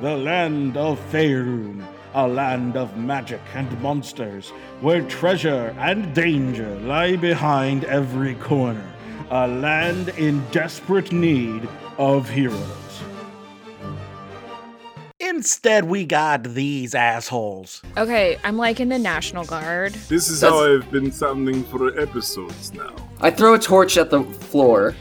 the land of Faerun, a land of magic and monsters, where treasure and danger lie behind every corner, a land in desperate need of heroes. Instead, we got these assholes. Okay, I'm like in the National Guard. This is That's- how I've been sounding for episodes now. I throw a torch at the floor.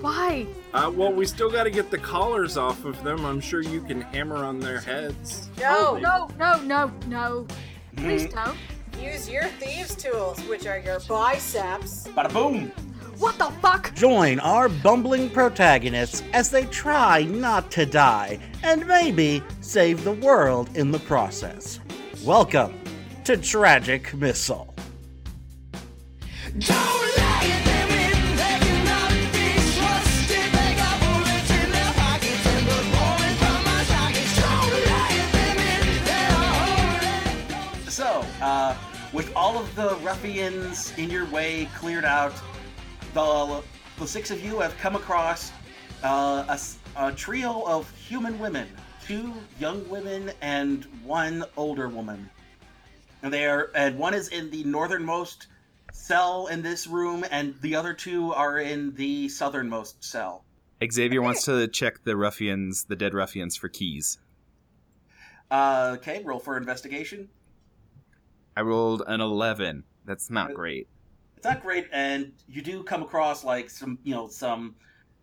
Why? Uh, well, we still got to get the collars off of them. I'm sure you can hammer on their heads. No, No, no, no, no. Please Mm-hmm. don't. use your thieves' tools, which are your biceps. Bada boom! What the fuck? Join our bumbling protagonists as they try not to die and maybe save the world in the process. Welcome to Tragic Missile. So, uh, with all of the ruffians in your way cleared out, the the six of you have come across uh, a s- a, trio of human women, two young women and one older woman. And they are, and one is in the northernmost cell in this room, and the other two are in the southernmost cell. Xavier wants to check the ruffians, the dead ruffians, for keys. Uh, okay, roll for investigation. I rolled an 11. That's not great. it's not great and you do come across like some you know some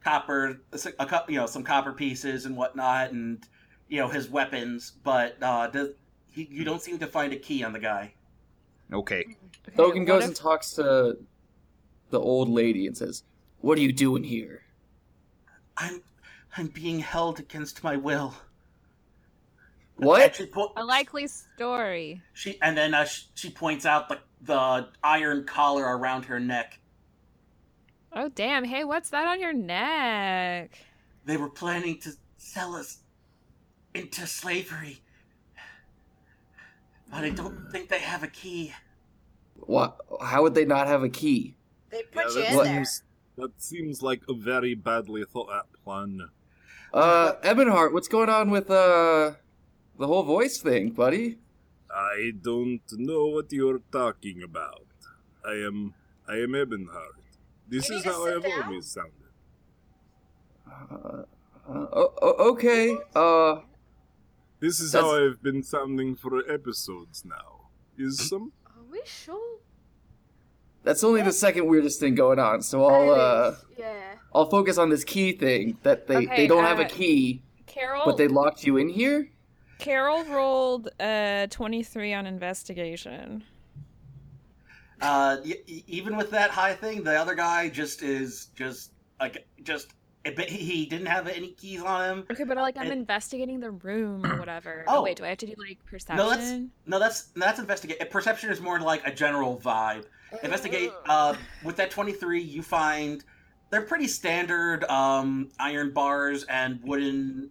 copper a cou- you know some copper pieces and whatnot and you know his weapons but uh does, he, you don't seem to find a key on the guy Okay. Logan what goes if- and talks to the old lady and says, "What are you doing here?" i'm i'm being held against my will And What? she, po- A likely story. she and then uh, she, she points out the the iron collar around her neck Oh, damn. Hey, what's that on your neck? they were planning to sell us into slavery but i don't think they have a key What? How would they not have a key? They put Yeah, you in that- there. That seems like a very badly thought out plan. Uh, Ebonheart, what's going on with uh the whole voice thing, buddy? I don't know what you're talking about. I am I am Ebonheart. This You is need to how I sit have down. always sounded. Uh, uh, o- o- okay. Uh, This is That's- how I've been sounding for episodes now. Is some Are we sure? that's only the second weirdest thing going on. So I'll uh yeah. I'll focus on this key thing that they Okay, they don't have uh, oh. a key, Carol. but they locked you in here. Carol rolled uh 23 on investigation. Uh, y- y- even with that high thing, the other guy just is just like just it, but he didn't have any keys on him. Okay, but like I'm It- investigating the room or whatever. Oh. Oh, wait, do I have to do like perception? No, that's no, that's that's investigate. Perception is more like a general vibe. Investigate. Uh, with that twenty three, you find they're pretty standard um, iron bars and wooden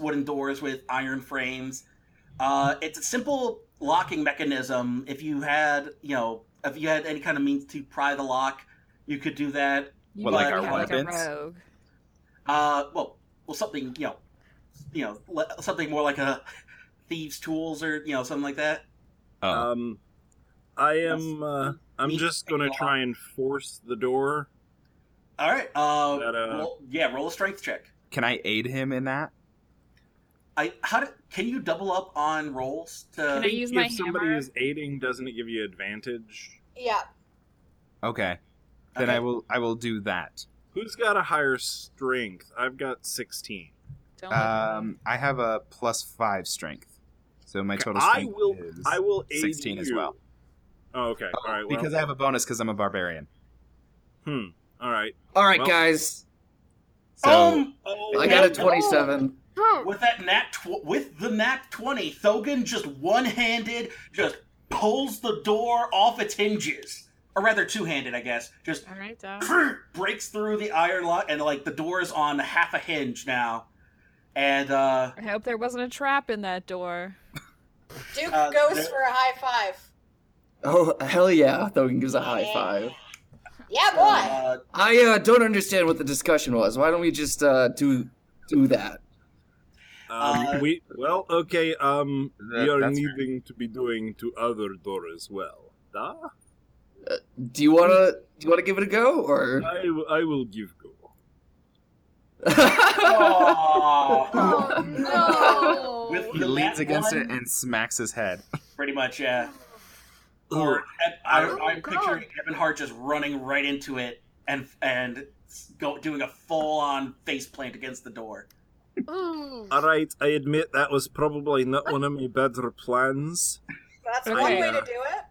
wooden doors with iron frames. Uh, it's a simple locking mechanism. If you had, you know, if you had any kind of means to pry the lock, you could do that. You What, like might our be like a weapons? rogue. Uh, well, well, something you know, you know, le- something more like a thieves' tools or you know something like that. Oh. um I am uh, I'm Me- just gonna try and force the door. All right. Uh, That, uh, roll, yeah, roll a strength check. Can I aid him in that? I how do, can you double up on rolls Can I to? use if my somebody hammer? is aiding, doesn't it give you advantage? Yeah. Okay. Then Okay. I will I will do that. Who's got a higher strength? I've got sixteen. Don't look at me. Um I have a plus 5 strength. So my total I strength will is I will aid 16 as you. well. Oh, okay. All right. Well, because I have a bonus cuz I'm a barbarian. hmm. All right. All right, Well- guys. So Um, Oh, I got a no. twenty-seven. Oh, with that nat tw- with the nat twenty, Thogan just one handed just pulls the door off its hinges, or rather two handed, I guess. Just All right, down. breaks through the iron lock, and like the door is on half a hinge now, and uh. I hope there wasn't a trap in that door. Duke Uh, goes there- for a high five. Oh hell yeah! Thogan gives a high five. Yeah, boy. Uh, I uh, don't understand what the discussion was. Why don't we just uh, do do that? Um, Uh, we well, okay. Um, That- we are that's needing to be doing to other door as well. Da? Do you wanna do you wanna give it a go or? I, w- I will give go. Aw. Oh no! With He the leans bat against one? it and smacks his head. Pretty much, yeah. Or I, Oh, I, am God. picturing Evan Hart just running right into it and and go, doing a full on face plant against the door. Oh, Ooh. All right, I admit that was probably not one of my better plans. That's Okay. one way to do it.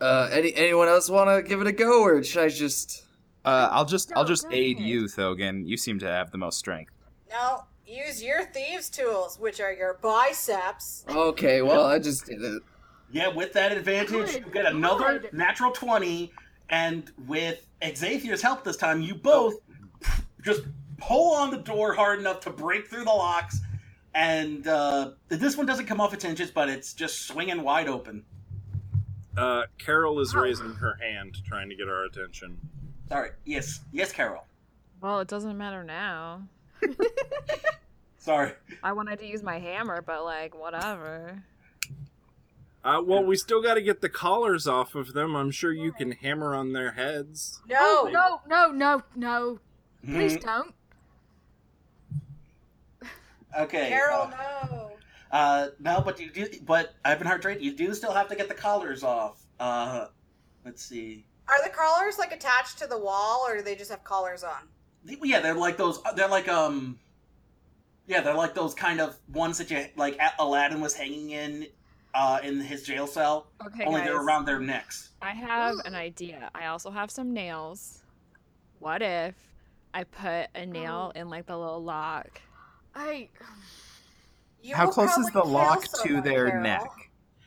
uh, any anyone else wanna give it a go or should I just? Uh, I'll just I'll No, just go aid ahead. you, Thogan. You seem to have the most strength. No, use your thieves' tools, which are your biceps. Okay, well I just did it. Yeah, with that advantage, Good you get another God. natural 20, and with Xavier's help this time, you both just pull on the door hard enough to break through the locks. And uh, this one doesn't come off its hinges, but it's just swinging wide open. Uh, Carol is raising her hand, trying to get our attention. All right. Yes. Yes, Carol. Well, it doesn't matter now. Sorry. I wanted to use my hammer, but like whatever. Uh, well, we still got to get the collars off of them. I'm sure you can hammer on their heads. Oh, No, Oh, no, no, no, no. Please Mm-hmm. don't. Okay. Carol, uh, no. Uh, no, but you do. But Ivan Hart Trade, you do still have to get the collars off. Uh, let's see. Are the collars like attached to the wall, or do they just have collars on? The- Yeah, they're like those. They're like um. Yeah, they're like those kind of ones that you like. A- Aladdin was hanging in, uh, in his jail cell. Okay, only guys. they're around their necks. I have Oh. an idea. I also have some nails. What if I put a Oh. nail in like the little lock? I. You How will close is probably the kill lock to someone, their Carol. neck?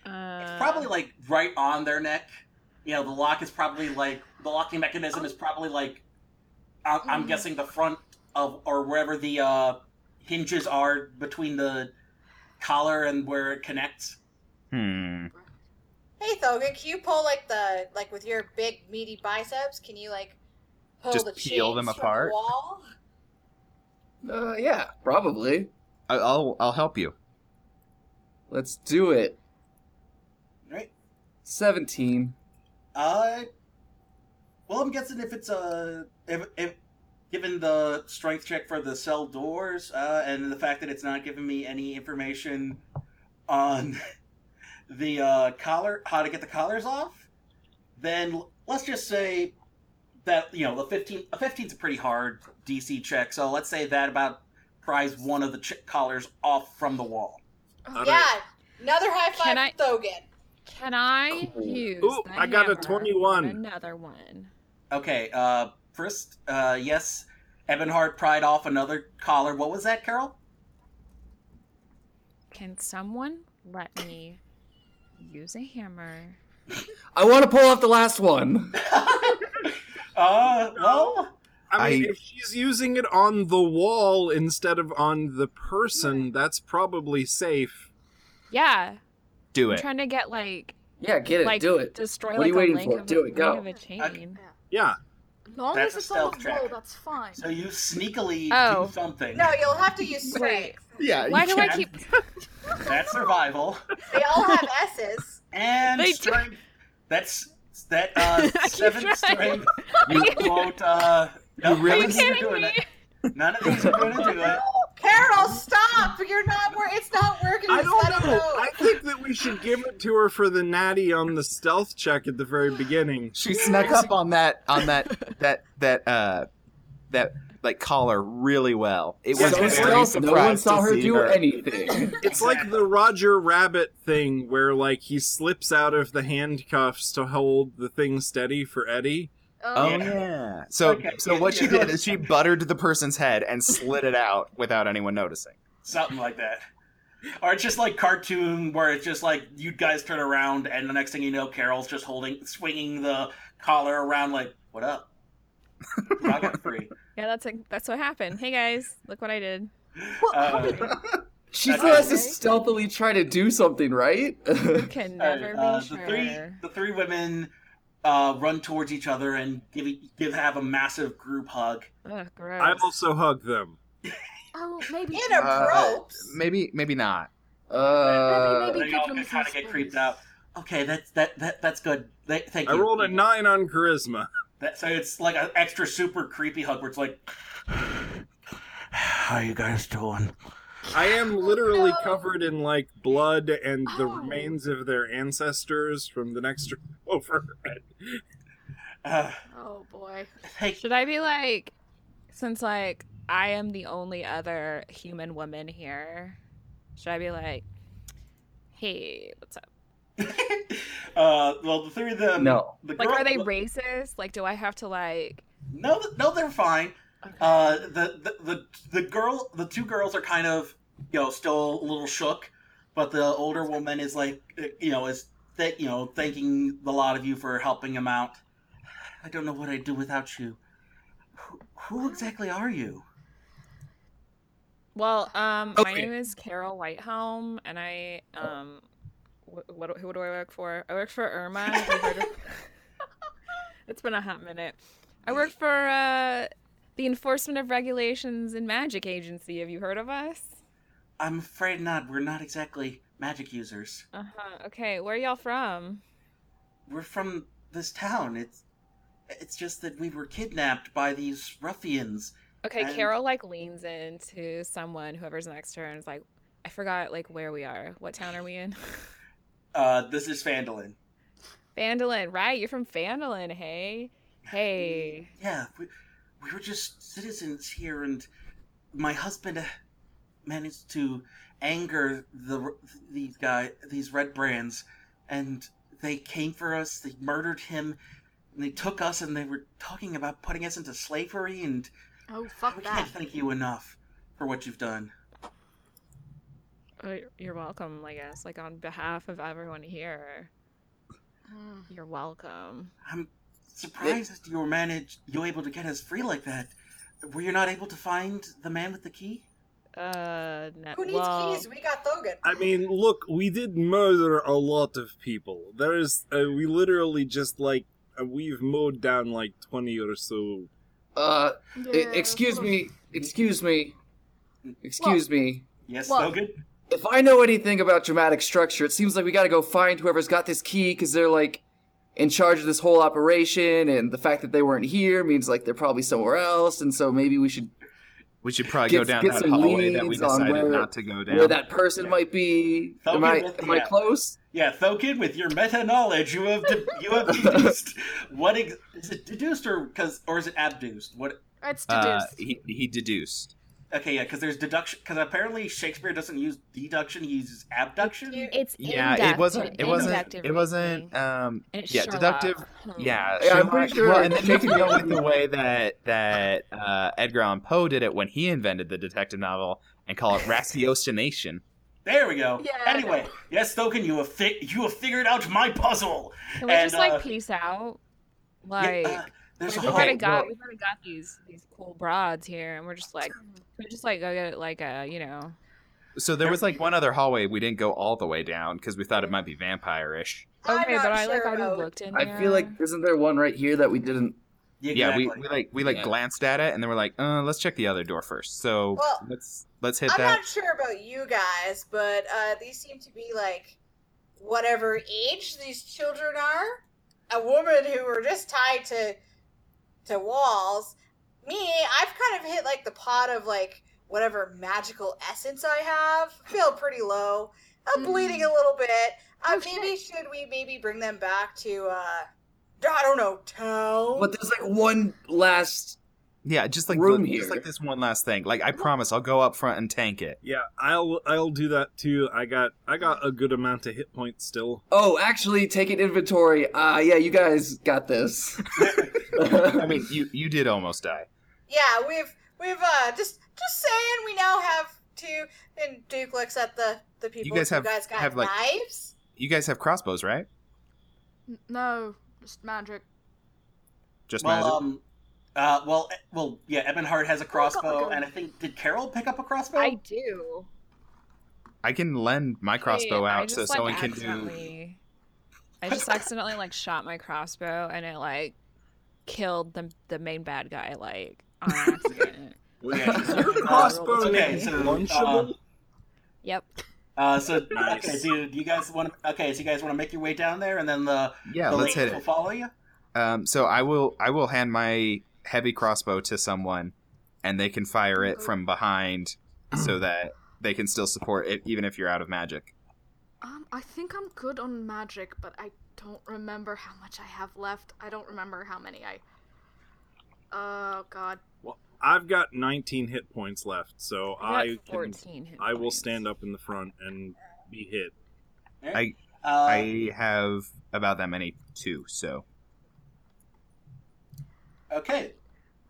Uh, It's probably like right on their neck. You know, the lock is probably like the locking mechanism is probably like. I- I'm Mhm. guessing the front of or wherever the uh, hinges are between the collar and where it connects. Hmm. Hey Thogan, can you pull like the like with your big meaty biceps? Can you like pull Just the peel them chains from the apart? wall? Uh, yeah, probably. I- I'll I'll help you. Let's do it. Right. Seventeen. Uh, well, I'm guessing if it's a if, if given the strength check for the cell doors uh, and the fact that it's not giving me any information on the uh, collar, how to get the collars off, then l- let's just say that you know the 15 a 15's a pretty hard DC check. So let's say that about pries one of the ch- collars off from the wall. All yeah, right. another high five, Can I- for Thogan. Can I Cool. use? Ooh, the I got a hammer 21. on Another one. Okay. Uh, first, uh, yes, Ebenhart pried off another collar. What was that, Carol? Can someone let me use a hammer? I want to pull off the last one. Uh, well, I mean, I- if she's using it on the wall instead of on the Hmm. person, that's probably safe. Yeah, Do I'm it. trying to get like Yeah, get it. like do it. destroy What are like you a waiting link for? of Do a, it, go. ring of a chain. Yeah. As long That's a as it's on stealth the wall, check. that's fine. so you sneakily Oh. do something. No, you'll have to use Wait, strength. Yeah. why do I can. keep? That's survival They all have S's. and They do- strength. That's that uh, keep seven trying. strength. You won't. Uh, no, Are really- none of these you are kidding doing me? it. None of these are going to do it. Carol, stop! You're not. Wor- it's not working. I Just don't let it know. go. I think that we should give it to her for the natty on the stealth check at the very beginning. She snuck up on that on that that that uh that like collar really well. It was So very stealth, surprised no one saw to her see do her. anything. It's like the Roger Rabbit thing where like he slips out of the handcuffs to hold the thing steady for Eddie. Oh Um, yeah. So Okay, so yeah, what she yeah. did is she buttered the person's head and slid it out without anyone noticing. Something like that. Or it's just like cartoon where it's just like you guys turn around and the next thing you know, Carol's just holding, swinging the collar around like, "What up? I got free." Yeah, that's like, that's what happened. Hey guys, look what I did. What Uh, happened? she That's still has to okay. stealthily try to do something, right? You can All right, never uh, be the sure. three the three women uh, run towards each other and give give have a massive group hug. Ugh, gross. I also hug them. Oh, maybe. In a Uh, probes. Maybe, maybe not. Uh, Maybe They all give them kind some of get space. creeped out. Okay, that's that, that that's good. Th- thank I you. rolled a nine on charisma. That, so it's like an extra super creepy hug where it's like, How you guys doing? I Oh, am literally No. covered in like blood and the Ow. remains of their ancestors from the next room over. uh, Oh boy. thank Should I be like, since like I am the only other human woman here, should I be like, hey, what's up? uh, well, the three of them. no. The Like, girl- are they the- racist? Like, do I have to like? No, th- no, they're fine. Uh, the, the the the girl, the two girls are kind of you know still a little shook, but the older woman is like uh, you know is that you know thanking the lot of you for helping him out. I don't know what I'd do without you. Who, who exactly are you? Well, um, my Okay. name is Carol Whitehelm, and I um, wh- what who do I work for? I work for Irma. You heard of- it's been a hot minute. I work for uh, the Enforcement of Regulations and Magic Agency. Have you heard of us? I'm afraid not. We're not exactly magic users. Uh huh. Okay, where y'all from? We're from this town. It's it's just that we were kidnapped by these ruffians. Okay, And- Carol like leans into someone, whoever's next to her, and is like, I forgot like where we are. What town are we in? Uh, this is Fandolin. Fandolin, right? You're from Fandolin, hey? Hey. Yeah, we, we were just citizens here, and my husband uh, managed to anger the r- these guy these red brands, and they came for us. They murdered him, and they took us, and they were talking about putting us into slavery. And Oh fuck we that. can't thank you enough for what you've done. Uh, You're welcome, I guess. Like on behalf of everyone here, Mm. you're welcome. I'm surprised that you were managed you were able to get us free like that. Were you not able to find the man with the key? Uh, no. Who needs well, keys? We got Thogan. I mean, look, we did murder a lot of people. There is, uh, we literally just like uh, we've mowed down like twenty or so. uh, e- Yeah, excuse well, me. Excuse me. Excuse me. Yes, Well- Thogan? If I know anything about dramatic structure, it seems like we gotta go find whoever's got this key because they're like in charge of this whole operation, and the fact that they weren't here means like they're probably somewhere else, and so maybe we should We should probably Get- go down get that some hallway that we leads on decided where- not to go down. where that person might be. Tell Am me I what- am I yeah. close? Yeah, Thokin, with your meta knowledge, you have de- you have deduced what ex- is it deduced or because or is it abduced? What? It's uh, deduced. e he, he deduced. Okay, yeah, because there's deduction. Because apparently Shakespeare doesn't use deduction; he uses abduction. It's Yeah, it inductive- wasn't. It wasn't. inductive It wasn't. reasoning. Um, And it's yeah, Sherlock deductive. Holmes. Yeah, Yeah, I'm Sherlock- pretty sure- Well, and then you can go with the way that that uh, Edgar Allan Poe did it when he invented the detective novel and call it ratiocination. There we go. Yeah. Anyway, yes, Thokin, you have fi- you have figured out my puzzle. Can we and, just like uh, peace out? Yeah, Like. uh, Like, we've Okay, there's a whole- already got well- we've already got these these cool broads here, and we're just like we're just like go get like a you know So there was like one other hallway we didn't go all the way down because we thought it might be vampire-ish. I'm okay, not but I like sure already about- looked in. I feel like isn't there one right here that we didn't? Yeah, we, exactly. we like we like Yeah. glanced at it and then we're like, uh, let's check the other door first. So Well, let's let's hit I'm that. not sure about you guys, but uh, these seem to be like whatever age these children are. A woman who were just tied to to walls. Me, I've kind of hit like the pot of like whatever magical essence I have. Feel pretty low. I'm Mm-hmm. Mhm. bleeding a little bit. Uh, Oh, shit. maybe should we maybe bring them back to uh I don't know town? But there's like one last. Yeah, just like room the- just here. like this one last thing. Like I promise, I'll go up front and tank it. Yeah, I'll I'll do that too. I got I got a good amount of hit points still. Oh, actually, take an inventory. Ah, yeah, you guys got this. I mean, you you did almost die. Yeah, we've we've uh just just saying we now have two. And Duke looks at the the people. guys who have- guys got have, like- knives. You guys have crossbows, right? N- No, it's magic. Just well, magic. um, uh, well, eh, well, yeah. Evan Hart has a crossbow, God. and I think did Carol pick up a crossbow? I do. I can lend my crossbow Wait, I out so just, like, someone can do. accidentally- I just accidentally like shot my crossbow and it like killed the the main bad guy like on accident. Is your Uh, crossbow okay, name so, lunchable? Yep. Uh, so Nice. okay, so you, you guys want to okay, so you guys want to make your way down there, and then the Yeah, the let's hit ladies will it. follow you. Um, so I will I will hand my heavy crossbow to someone, and they can fire it from behind, so that they can still support it even if you're out of magic. Um, I think I'm good on magic, but I don't remember how much I have left. I don't remember how many I. Oh God. I've got 19 hit points left, so I, I got can, 14 hit I will points. stand up in the front and be hit. Uh, I have about that many too, so Okay.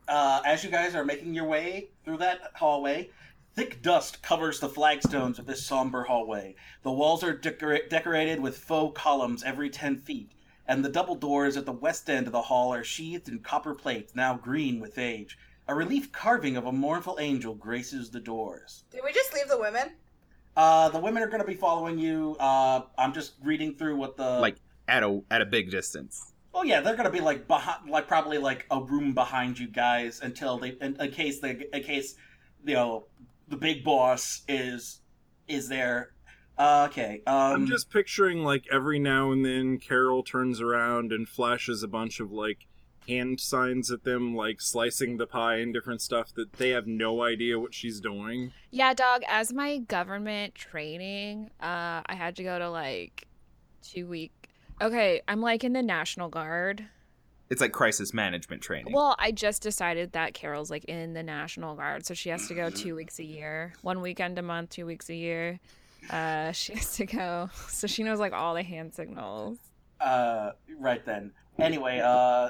Uh, as you guys are making your way through that hallway, thick dust covers the flagstones of this somber hallway. The walls are decora- decorated with faux columns every 10 feet, and the double doors at the west end of the hall are sheathed in copper plates, now green with age. A relief carving of a mournful angel graces the doors. Did we just leave the women? Uh, the women are going to be following you. Uh, I'm just reading through what the like at a at a big distance. Oh yeah, they're gonna be like behind, like probably like a room behind you guys until they, in, in case they, in case you know, the big boss is is there. Uh, okay. Um, I'm just picturing like every now and then Carol turns around and flashes a bunch of like hand signs at them, like slicing the pie and different stuff that they have no idea what she's doing. Yeah, dog. As my government training, uh, I had to go to like two week. Okay, I'm like in the National Guard. It's like crisis management training. Well, I just decided that Carol's like in the National Guard, so she has to go two weeks a year, one weekend a month, two weeks a year. Uh, she has to go, so she knows like all the hand signals. uh, right then. Anyway, uh,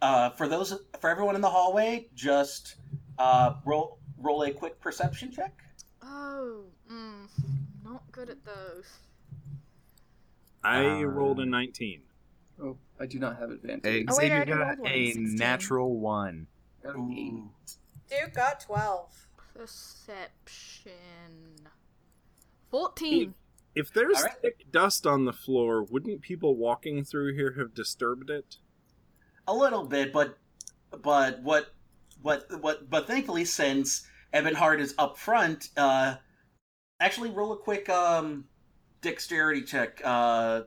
uh, for those for everyone in the hallway, just uh, roll roll a quick perception check. Oh. Mm, not good at those. I Uh. rolled Ah. a 19. Oh, I do not have advantage. Oh, wait, I Xavier already got rolled one, a 16. natural one. I got an eight. Duke got 12. Perception. Fourteen. If there's All right. thick dust on the floor, wouldn't people walking through here have disturbed it? a little bit, but but what what what but thankfully since Evan Hart is up front, uh, actually roll a quick um dexterity check, uh,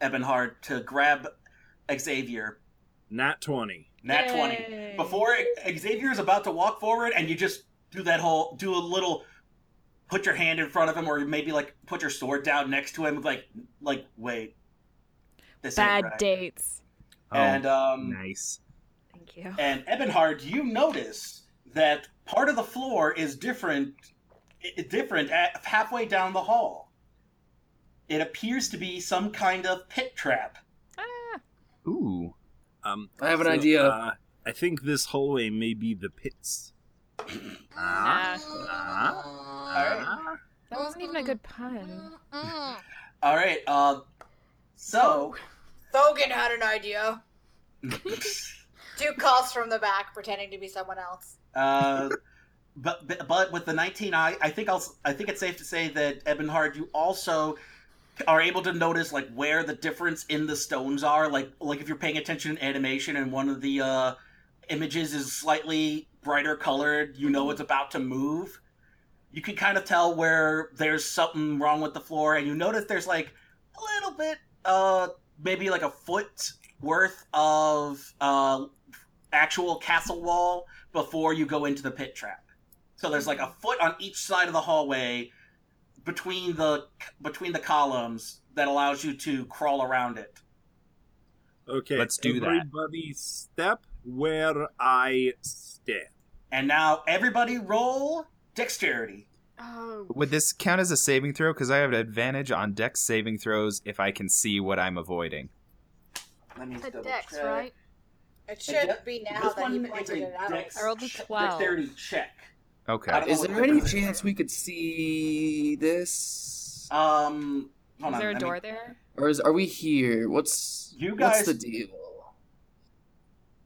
Evan Hart to grab Xavier. Nat 20. Nat twenty before Xavier is about to walk forward, and you just do that whole do a little put your hand in front of him, or maybe like put your sword down next to him, like like wait. This ain't Bad right. dates. Oh, And um, nice. Thank you. And Ebenhard, you notice that part of the floor is different, i- different at halfway down the hall. It appears to be some kind of pit trap. Ah, Ooh. Um, I have an so, idea. Uh, I think this hallway may be the pits. nah, Ah. Alright. that wasn't even a good pun. Mm. All right. Uh, so Thogan had an idea. Duke calls from the back, pretending to be someone else. Uh, but but- but with the 19 I I think I'll s- I think it's safe to say that Ebenhard you also are able to notice like where the difference in the stones are like like if you're paying attention in animation and one of the uh images is slightly brighter colored you know it's about to move you can kind of tell where there's something wrong with the floor and you notice there's like a little bit uh maybe like a foot worth of uh actual castle wall before you go into the pit trap. So there's like a foot on each side of the hallway between the between the columns that allows you to crawl around it. Okay. Let's do that. Everybody step where I step. And now everybody roll dexterity. Oh. Would this count as a saving throw? Because I have an advantage on dex saving throws if I can see what I'm avoiding. Let me It's a double dex, check. right? It And should de- be now this that he one is pointed a it out. dex, I rolled a che- 12. dexterity check. I Uh, Okay. don't know Is what there any the- chance we could see this? Um, hold Is on. there a let me- door there? Or is, are we here? What's You guys- what's the deal?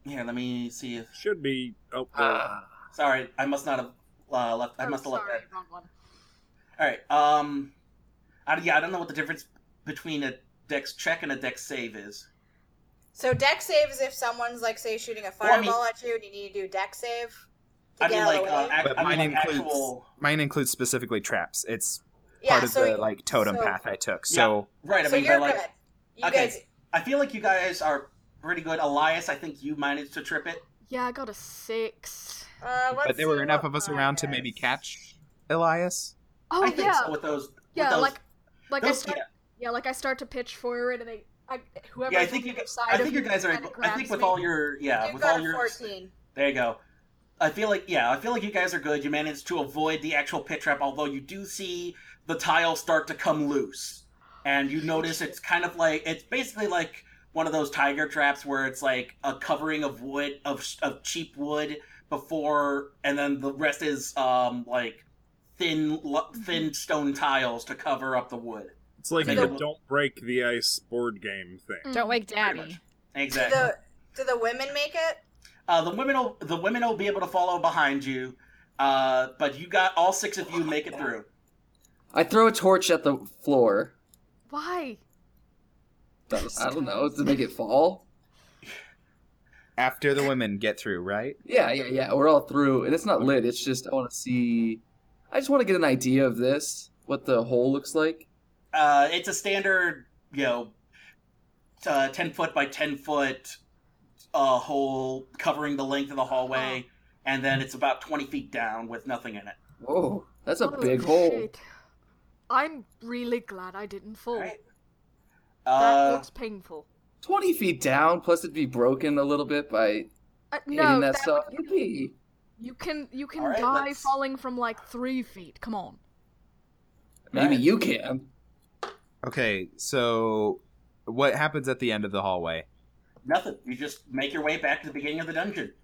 Here, let me see if. Should be. Oh, Ah, Sorry, I must not have uh, left. I Oh, must have left sorry, that wrong one. All right. Um, I, yeah, I don't know what the difference between a dex check and a dex save is. So deck save is if someone's like, say, shooting a Well, I mean- fireball at you and you need to do deck save. I mean, like, uh, Galloway. ac- But I mine mean, like, includes- actual. Mine includes specifically traps. It's Yeah, part of so the like totem so- path I took. So Right, I so mean, you're but like, good. You okay. guys, I feel like you guys are pretty good. Elias, I think you managed to trip it. Yeah, I got a six. uh, let's but there were see enough what of us around to mine maybe is. catch Elias. Oh I think yeah, so with those. with yeah. those- Like, like I those- start, yeah. like I start to pitch forward, and they, I, whoever. yeah, I think you guys. I think you guys are. able- I think with all your yeah, You with got all a your 14. There you go. I feel like yeah, I feel like you guys are good. You managed to avoid the actual pit trap, although you do see the tile start to come loose, and you notice it's kind of like it's basically like one of those tiger traps where it's like a covering of wood of of cheap wood before, and then the rest is um like thin lo- thin stone tiles to cover up the wood. It's like Make the it- don't break the ice board game Mm. thing. Don't wake much. daddy. Do Exactly. the, do the women make it? Uh, the women will the women will be able to follow behind you, uh, but you got all six of you make it through. I throw a torch at the floor. Why? That was- I don't know to make it fall. After the women get through, right? Yeah, yeah, yeah. We're all through, and it's not lit. It's just I want to see. I just want to get an idea of this, what the hole looks like. Uh, it's a standard, you know, uh, ten foot by ten foot uh, hole covering the length of the hallway, Uh-huh. and then it's about twenty feet down with nothing in it. Whoa, that's a Holy big hole. shit. I'm really glad I didn't fall. Right. That Uh, looks painful. Twenty feet down, plus it'd be broken a little bit by Uh, hitting no, that, that stuff. would- It'd be you can you can All right, die let's- falling from like three feet. Come on. maybe you can. Okay, so what happens at the end of the hallway? nothing. You just make your way back to the beginning of the dungeon.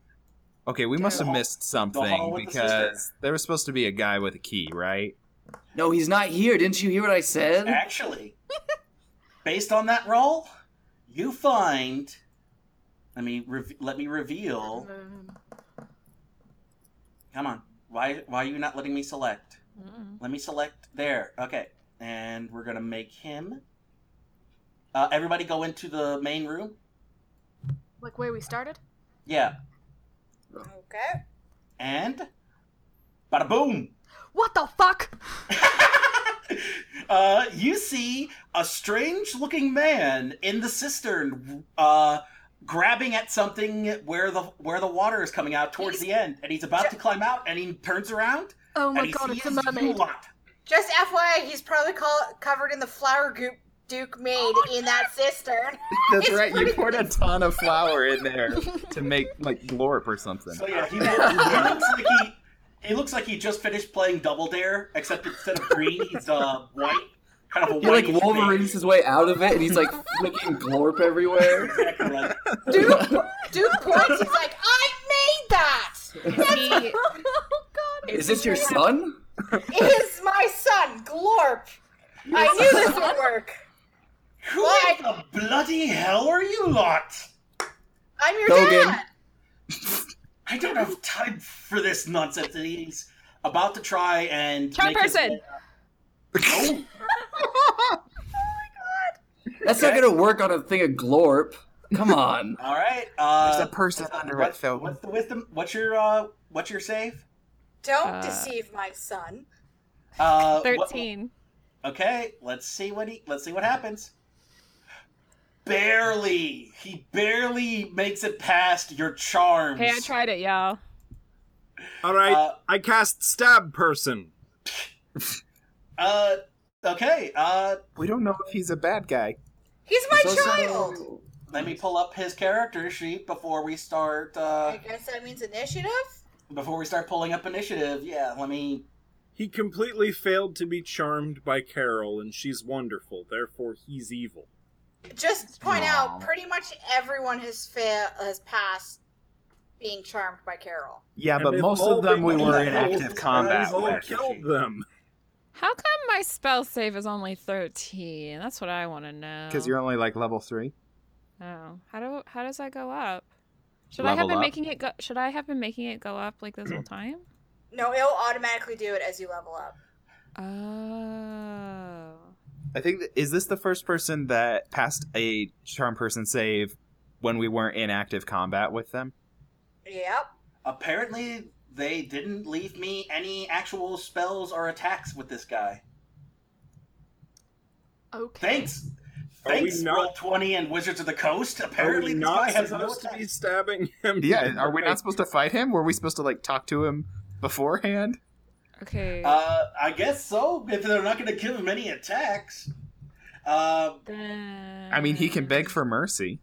Okay, we must The have hall- missed the hall something with the because there was supposed to be a guy with a key, right? No, he's not here. Didn't you hear what I said? Actually, based on that roll, you find. Let me rev let me reveal. Um, Come on. Why why are you not letting me select? Mm. Let me select there. Okay. And we're gonna make him. Uh, everybody go into the main room. like where we started. Yeah. Okay. And bada boom. What the fuck? uh, you see a strange looking man in the cistern uh, grabbing at something where the where the water is coming out towards the end and he's about to climb out and he turns around Oh my and he god, sees it's a you mermaid. lot. Just FYI, he's probably call- covered in the flower goop Duke made in that cistern. That's It's right. You pretty- poured a ton of flour in there to make like glorp or something. So yeah, he, he looks like he it looks like he just finished playing Double Dare, except instead of green, he's uh white, kind of a He white. like Wolverines his way out of it, and he's like flicking glorp everywhere. Exactly right. Duke, Duke points. He's like, I made that. Is he, Is this your son? It is my son, Glorp. I knew this would work. Who Why? in the bloody hell are you lot? I'm your Dogan. dad. I don't have time for this nonsense. And he's about to try and Turn make his person. way up. No, That's not gonna work on a thing of glorp. Come on. all right. Uh, There's a person under it, Phil. What's the wisdom? What's your uh? What's your save? Don't Uh, deceive my son. Uh, what- thirteen? Okay, let's see what he let's see what happens. Barely. He barely makes it past your charms. Hey, I tried it, y'all. All right, Uh, I cast stab person. Uh okay, uh We don't know if he's a bad guy. He's my So sorry. child. let me pull up his character sheet before we start I uh guess that means initiative. before we start pulling up initiative. Yeah, let me He completely failed to be charmed by Carol, and she's wonderful. Therefore, he's evil. Just point Aw. out, pretty much everyone has fail has passed being charmed by Carol. Yeah, And but they've most all of them we been were killed. in active combat He's all with. killed them. How come my spell save is only thirteen? That's what I want to know. Because you're only like level three. Oh, how do how does that go up? Should I Level have been up. making it go? Should I have been making it go up like this whole time? No, it'll automatically do it as you level up. Oh, I think th- is this the first person that passed a charm person save when we weren't in active combat with them? Yep. apparently they didn't leave me any actual spells or attacks with this guy. Okay. Thanks. Are we Thanks, not- Roll Twenty and Wizards of the Coast. Are Apparently, we this not guy has no supposed to be attacks. stabbing him? Yeah, are we not supposed to fight him? Were we supposed to like talk to him beforehand? Okay. Uh, I guess so. If they're not going to give him any attacks, uh, then... I mean, he can beg for mercy.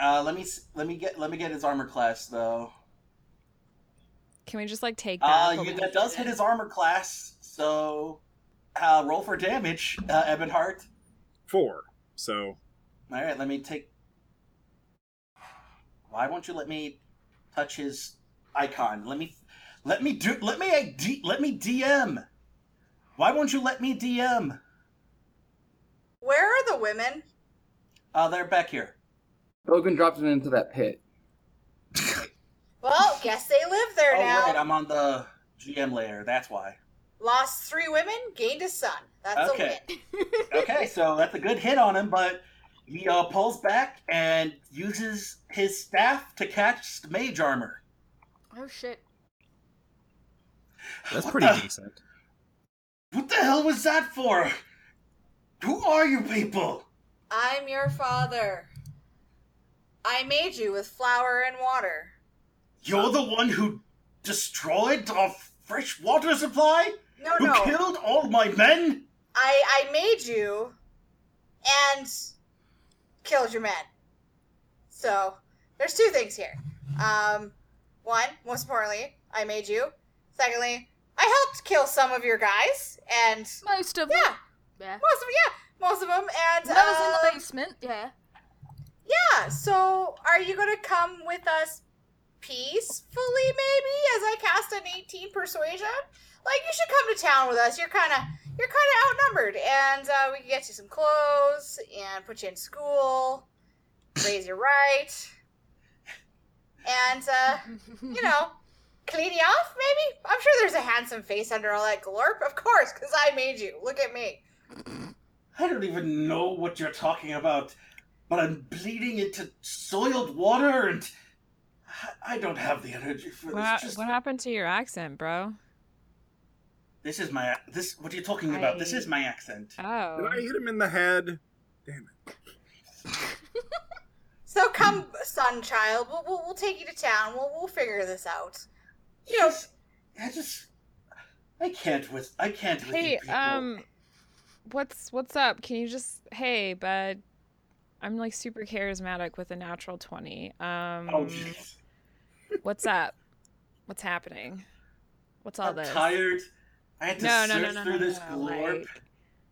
uh, let me s- let me get let me get his armor class though. Can we just like take that? Uh, but you, we don't that does need hit it? his armor class, so uh, roll for damage, uh, Ebonheart. four? So All right, let me take. Why won't you let me touch his icon? Let me, let me do, let me I D, let me DM. Why won't you let me DM? Where are the women? Uh, they're back here. Bogan dropped him into that pit. Well, guess they live there Oh now. right, I'm on the GM layer. That's why. Lost three women, gained a son. That's a Okay. win. Okay, so that's a good hit on him, but he uh, pulls back and uses his staff to catch the mage armor. Oh shit. That's What pretty the- decent. What the hell was that for? Who are you people? I'm your father. I made you with flour and water. You're the one who destroyed our fresh water supply? No, who no. killed all my men? I I made you and killed your men. So there's two things here. Um, one, most importantly, I made you. Secondly, I helped kill some of your guys, and most Most of Yeah. them. Yeah. of yeah, most of them. And When I was in um, the basement. Yeah. yeah. So are you gonna come with us peacefully, maybe? As I cast an 18 persuasion, like you should come to town with us. You're kind of you're kind of outnumbered, and uh, we can get you some clothes and put you in school, raise your right, and uh, you know. Clean you off, maybe? I'm sure there's a handsome face under all that glorp. Of course, because I made you. Look at me. I don't even know what you're talking about, but I'm bleeding into soiled water and. I- I don't have the energy for this. What, Just- what happened to your accent, bro? This is my. This. What are you talking about? This I- is my accent. did Oh. I hit him in the head? So come, son child. We'll, we'll, we'll take you to town. We'll, we'll figure this out. Yes. I just. I can't with. I can't with you Hey, people. um, what's what's up? Can you just hey, bud? I'm like super charismatic with a natural twenty. Um, Oh, jeez. what's up? What's happening? What's all I'm this? tired. I had to No, no, search no, no, through no, this no, glorp. Like,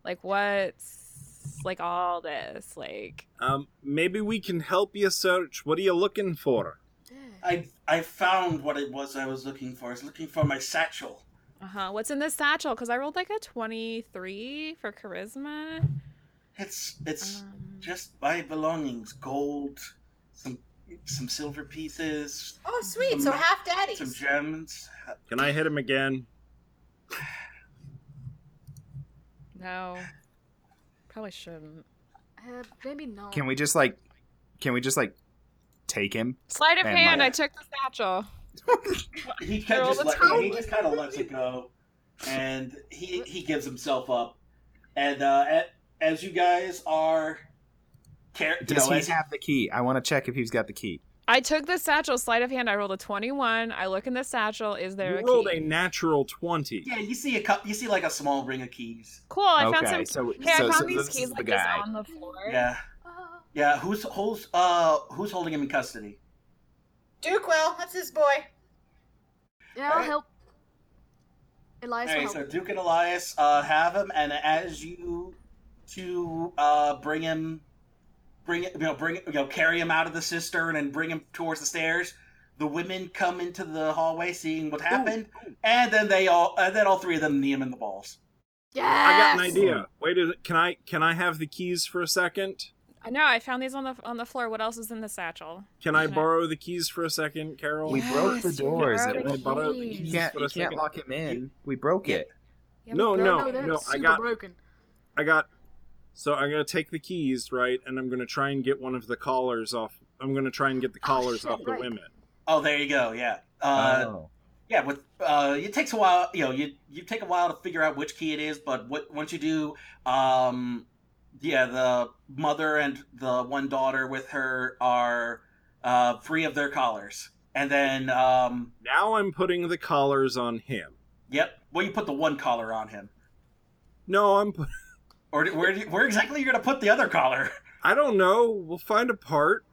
like what's like all this? Like Um, maybe we can help you search. What are you looking for? I I found what it was I was looking for. I was looking for my satchel. Uh huh. What's in this satchel? Because I rolled like a 23 for charisma. It's it's Um, just my belongings: gold, some some silver pieces, Oh, sweet. So Some- half daddies. some gems. Can I hit him again? no. Probably shouldn't. Uh, maybe not. Can we just like, can we just like, take him? Sleight of And hand, my- I took the satchel. He can all just the let time. he just kind of lets it go, and he he gives himself up. And uh, a- as you guys are, car- you Does know, as- he have the key? I want to check if he's got the key. I took the satchel, sleight of hand. I rolled a 21. I look in the satchel. Is there You a rolled key? a natural twenty. yeah, you see a cup, you see like a small ring of keys. Cool. Oh, I found Okay, some. so- hey, so- I found so these this keys is like the this guy. on the floor. Yeah, Oh, yeah. Who's who's uh who's holding him in custody? Duke will. That's his boy. yeah, I'll Alright. help. Elias All will right, help. so Duke and Elias uh, have him, and as you to uh, bring him, bring it, you know, bring it, you know, carry him out of the cistern and bring him towards the stairs. The women come into the hallway, seeing what happened, and then they all, and then all three of them knee him in the balls. I Yes! got an idea. Wait, a, can I can I have the keys for a second? I know. I found these on the on the floor. What else is in the satchel? Can I borrow the keys for a second, Carol? We broke the Yes, you doors. borrowed It the I borrowed the keys. You keys can't, for you a can't second. lock him in. We broke it. Yeah, No, we no, broke no, it. that's I super got- broken. I got. So I'm gonna take the keys, right, and I'm gonna try and get one of the Oh, collars off. I'm gonna try and get the collars shit, off the right. women. Oh, there you go. Yeah. Uh, Yeah, but uh, it takes a while. You know, you you take a while to figure out which key it is, but what once you do, um, yeah, the mother and the one daughter with her are uh, free of their collars, and then um, Now I'm putting the collars on him. yep, well, you put the one collar on him, No, I'm. pu- or do- where do you- where exactly you're gonna put the other collar? I don't know. We'll find a part.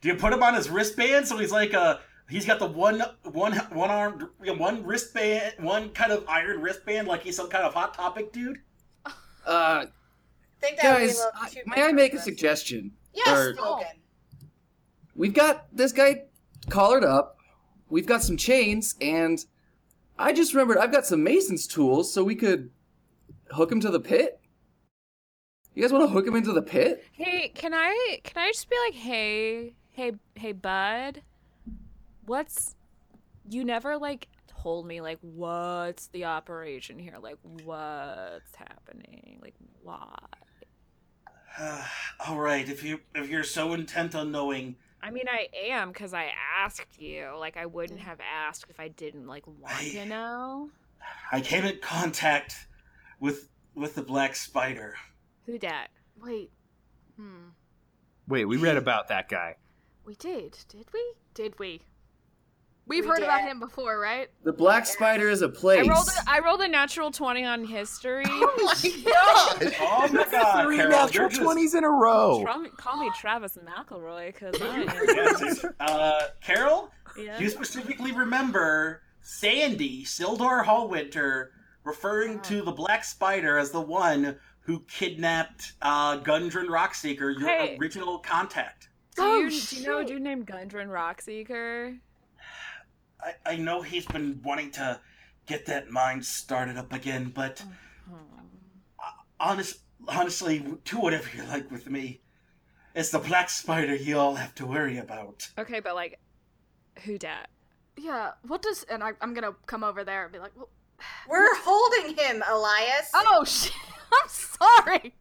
Do you put him on his wristband so he's like a he's got the one one one armed one wristband one kind of iron wristband like he's some kind of hot topic dude? Uh, I think that guys, would be a I- little too may I make a ridiculous. suggestion? Yes, Or- Logan. we've got this guy collared up. We've got some chains, and I just remembered I've got some mason's tools, so we could hook him to the pit. You guys want to hook him into the pit? Hey, can I can I just be like, hey, hey, hey, bud, what's you never like told me like what's the operation here? Like what's happening? Like why? All right, if you if you're so intent on knowing, I mean, I am because I asked you. Like I wouldn't have asked if I didn't like want I- to know. I came in contact with with the black spider. Who dat? Wait. Hmm. Wait, we read about that guy. We did, did we? Did we? We've We heard about did. him before, right? The black spider is a I place. rolled a, I rolled a natural twenty on history. Oh my god, Three Carol, natural you're just- twenties in a row. Tra- call me Travis McElroy because Yes, I dude. uh, Carol, yeah. you specifically remember Sandy Sildar Hallwinter referring to the black spider as the one who kidnapped uh, Gundren Rockseeker, your Hey. original contact. Do you, Oh, do you know a shoot. dude named Gundren Rockseeker? I, I know he's been wanting to get that mind started up again, but honest, honestly, do whatever you like with me. It's the black spider you all have to worry about. Okay, but like, who dat? Yeah. What does? And I, I'm gonna come over there and be like, well, We're holding him, Elias. oh shit, I'm sorry.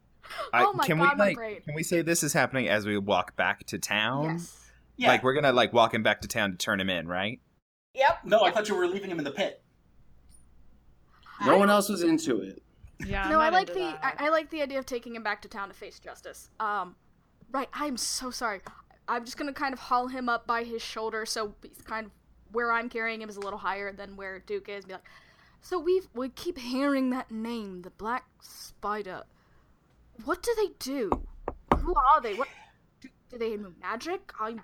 I- oh my can we, god, my like- brain. Can we say this is happening as we walk back to town? Yes. Yeah. Like we're gonna like walk him back to town to turn him in, right? Yep. no, I thought you were leaving him in the pit. no one else was into it. Yeah. no, I like the I, I like the idea of taking him back to town to face justice. Um, right. I'm so sorry. I'm just gonna kind of haul him up by his shoulder, so he's kind of where I'm carrying him is a little higher than where Duke is. And be like, so we have we keep hearing that name, the Black Spider. What do they do? Who are they? What do, do they do? Magic? I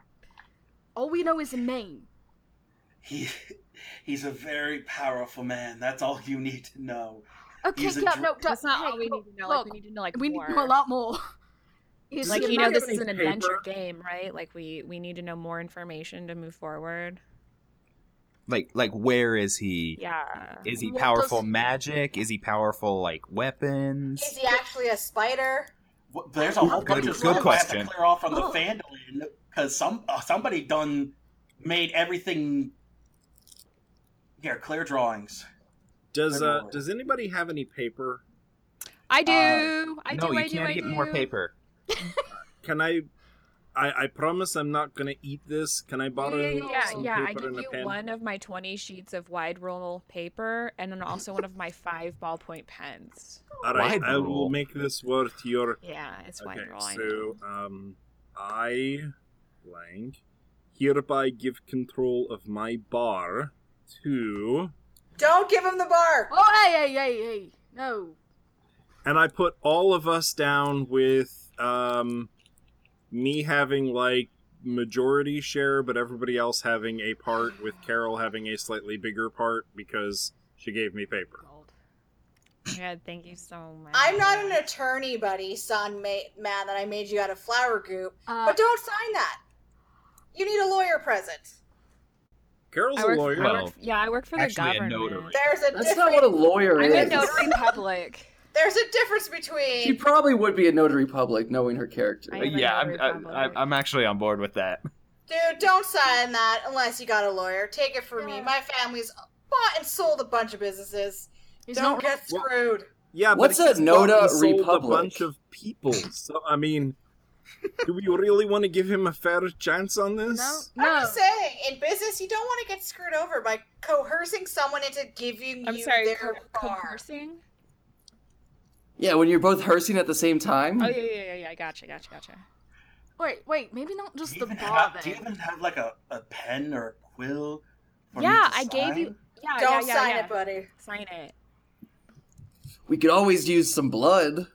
all we know is a name. He, he's a very powerful man. That's all you need to know. Okay, He's a yeah, dr- no, That's not hey, all we look, need to know. Like, look, we need to know like we need more. to know a lot more. Is Like you he a know, magic- this is an paper? adventure game, right? Like we we need to know more information to move forward. Like like where is he? Yeah. Is he What powerful does- magic? Is he powerful like weapons? Is he actually a spider? Wh- There's a whole Good- bunch of good stuff I question. have to clear off from the Oh. fandom because some uh, somebody done made everything. Yeah, clear drawings. Does uh Everyone. does anybody have any paper? I do. Uh, I no, do. you I do. can't I get do. more paper. Can I? I, I promise I'm not gonna eat this. Can I Yeah, borrow yeah, yeah, some yeah. I paper give and a you pen? one of my 20 sheets of wide roll paper and then also one of my five ballpoint pens. All right, Wide I will rule. make this worth your Yeah, it's wide roll. I know. so um, I, blank, hereby give control of my bar to, Don't give him the bar. Oh, hey, hey, hey, hey. No. and I put all of us down with um, me having like majority share, but everybody else having a part, with Carol having a slightly bigger part because she gave me paper. Yeah, thank you so much. I'm not an attorney, buddy, son, ma- man, that I made you out of flower goop. Oh. Uh, But don't sign that. You need a lawyer present. Carol's I a work, lawyer. I work, yeah, I work for the Actually, a government. notary. There's a That's not difference. what a lawyer I'm a is. notary public. There's a difference She between probably would be a notary public, knowing her character. I- I'm a yeah, I'm, notary I, I, public. I'm actually on board with that. dude. Don't sign that unless you got a lawyer. Take it from me. My family's bought and sold a bunch of businesses. he's don't not. get Well- screwed. Yeah, What's but a he's bought Noda and sold Republic? A bunch of people. So I mean, Do we really want to give him a fair chance on this? No, I'm no. just saying, in business, you don't want to get screwed over by coercing someone into giving I'm you sorry, their co- car. coercing? Yeah, when you're both hearsing at the same time. Oh, yeah, yeah, yeah, yeah. Gotcha, gotcha, gotcha. Wait, wait, maybe not just do, the you even bra have, do you then. even have like a, a pen or a quill? for me Yeah, to I gave you. sign? Yeah, Don't yeah, yeah, sign yeah. it, buddy. Sign it. We could always use some blood.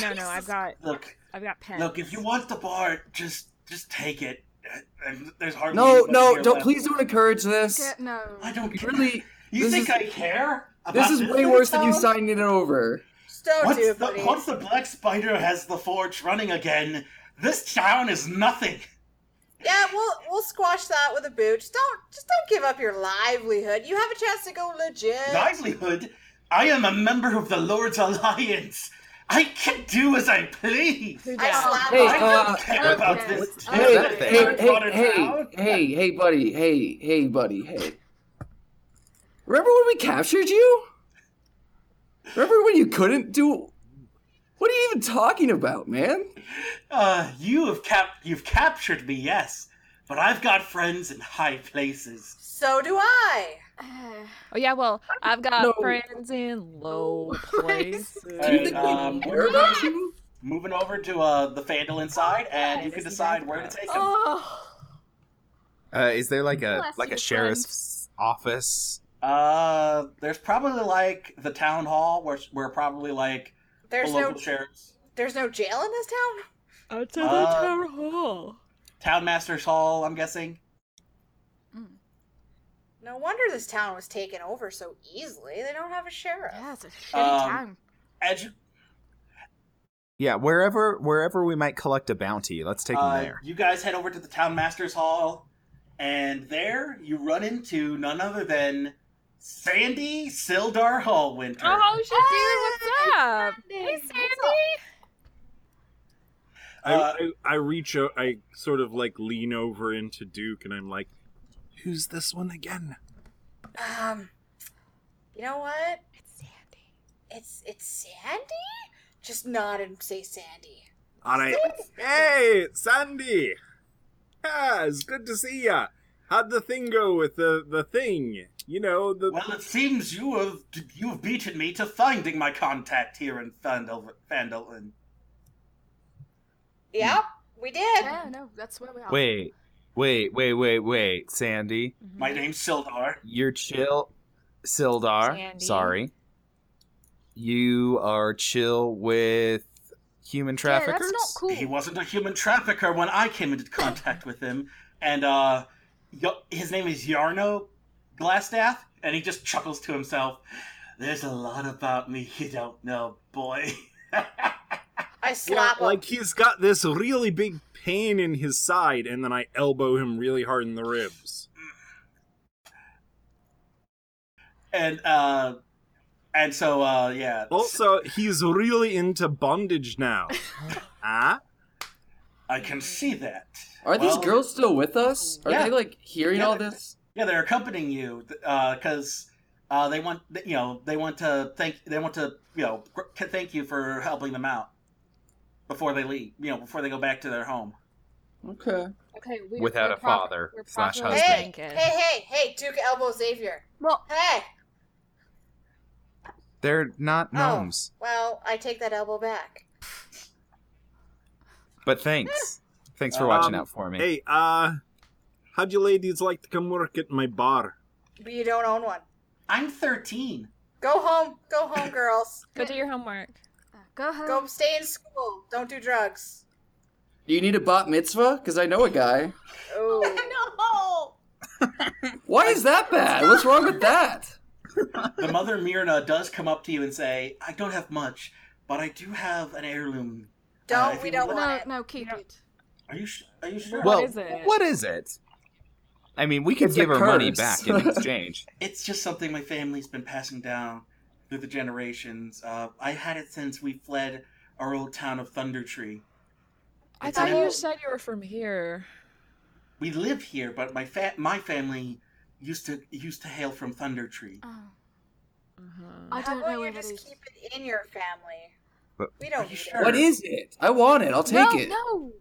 No, no, I've got, Look, I've got pens. look. If you want the bar, just just take it. Uh, and There's hardly No, anybody no, here don't left. please don't encourage this. Get- no. I don't You care. really, You this think is- I care? this about is way worse than you signing it over. Just don't Once do it, the, buddy. once the black spider has the forge running again, this town is nothing. Yeah, we'll we'll squash that with a boot. Just don't just don't give up your livelihood. You have a chance to go legit. Livelihood. I am a member of the Lord's Alliance. I can do as I please. Who I dat? slap Hey, on. uh, I don't care about okay. this. Hey, town. Hey, that thing. hey, Water hey, hey, town. hey, hey, buddy, hey, hey, buddy, hey. Remember when we captured you? Remember when you couldn't do? What are you even talking about, man? Uh, you have cap- you've captured me, yes, but I've got friends in high places. so do I. Eh, Oh yeah, well, I've got No. friends in low places. Do you Alright, think um, we care about you? Moving over to uh, the Fandolin side, and you can decide where to take them. Oh, Uh, is there like a Bless like you, a sheriff's office? Uh, there's probably like the town hall, where where probably like the There's local no sheriffs, there's no jail in this town. Outside Uh, town hall. town master's hall. I'm guessing. No wonder this town was taken over so easily. They don't have a sheriff. yeah, it's a shitty Um, time. Edge, Yeah, wherever wherever we might collect a bounty, let's take uh, them there. you guys head over to the town master's hall, and there you run into none other than Sandy Sildar Hallwinter. Oh shit, dude, what's up? Hey, Sandy. I, Uh, I, I reach out, I sort of like lean over into Duke and I'm like, who's this one again? Um, you know what? It's it's Sandy. Just nod and say Sandy. All right. Hey, Sandy! Ah, it's good to see ya. How'd the thing go with the, the thing? You know, the. Well, it seems you have you have beaten me to finding my contact here in Fandel, Fandolin. Yep, we did. Yeah, no, that's where we are. Wait, wait, wait, wait, wait, Sandy, Mm. My name's Sildar. you're chill, Sildar. Sandy. Sorry, you are chill with human Yeah, traffickers. that's not cool. He wasn't a human trafficker when I came into contact with him, and uh, Yo- his name is Yarno Glassstaff, and he just chuckles to himself. There's a lot about me you don't know, boy. I You know, slap him. like he's got this really big pain in his side, and then I elbow him really hard in the ribs. and uh, and so uh, yeah. Also, he's really into bondage now. ah? I can see that. Are Well- these girls still with us? Are Yeah. they like hearing Yeah, all they're- this? Yeah, they're accompanying you because uh, they want you know they want to thank they want to you know gr- to thank you for helping them out before they leave. You know before they go back to their home. Okay. Okay, we, Without a father we're slash properly hey, husband. thanking. hey, hey, hey, Duke Elbow Xavier. Well, Hey. They're not gnomes, Oh, well, I take that elbow back. but thanks, thanks for watching Um, out for me. Hey, uh, how'd you ladies like to come work at my bar? But you don't own one. I'm 13. Go home. Go home, girls. Go do your homework. go home. Go stay in school. Don't do drugs. Do you need a bat mitzvah? Because I know a guy. Oh. No. Why is that bad? What's wrong with that? The mother Myrna does come up to you and say, "I don't have much, but I do have an heirloom." Don't, if we you don't would- want- No, What? no, keep it. Are you sh- are you sure? well, is it? what is it? I mean, we could It's a give her money curse. back in exchange. It's just something my family's been passing down through the generations. Uh, I had it since we fled our old town of Thunder Tree. I It's an thought you heir- said you were from here. We live here, but my fa- my family used to used to hail from Thunder Tree. Oh, Uh-huh. I How don't know about where you that just is. keep it in your family? We don't. you need sure? it. What is it? I want it. I'll take no, it. no.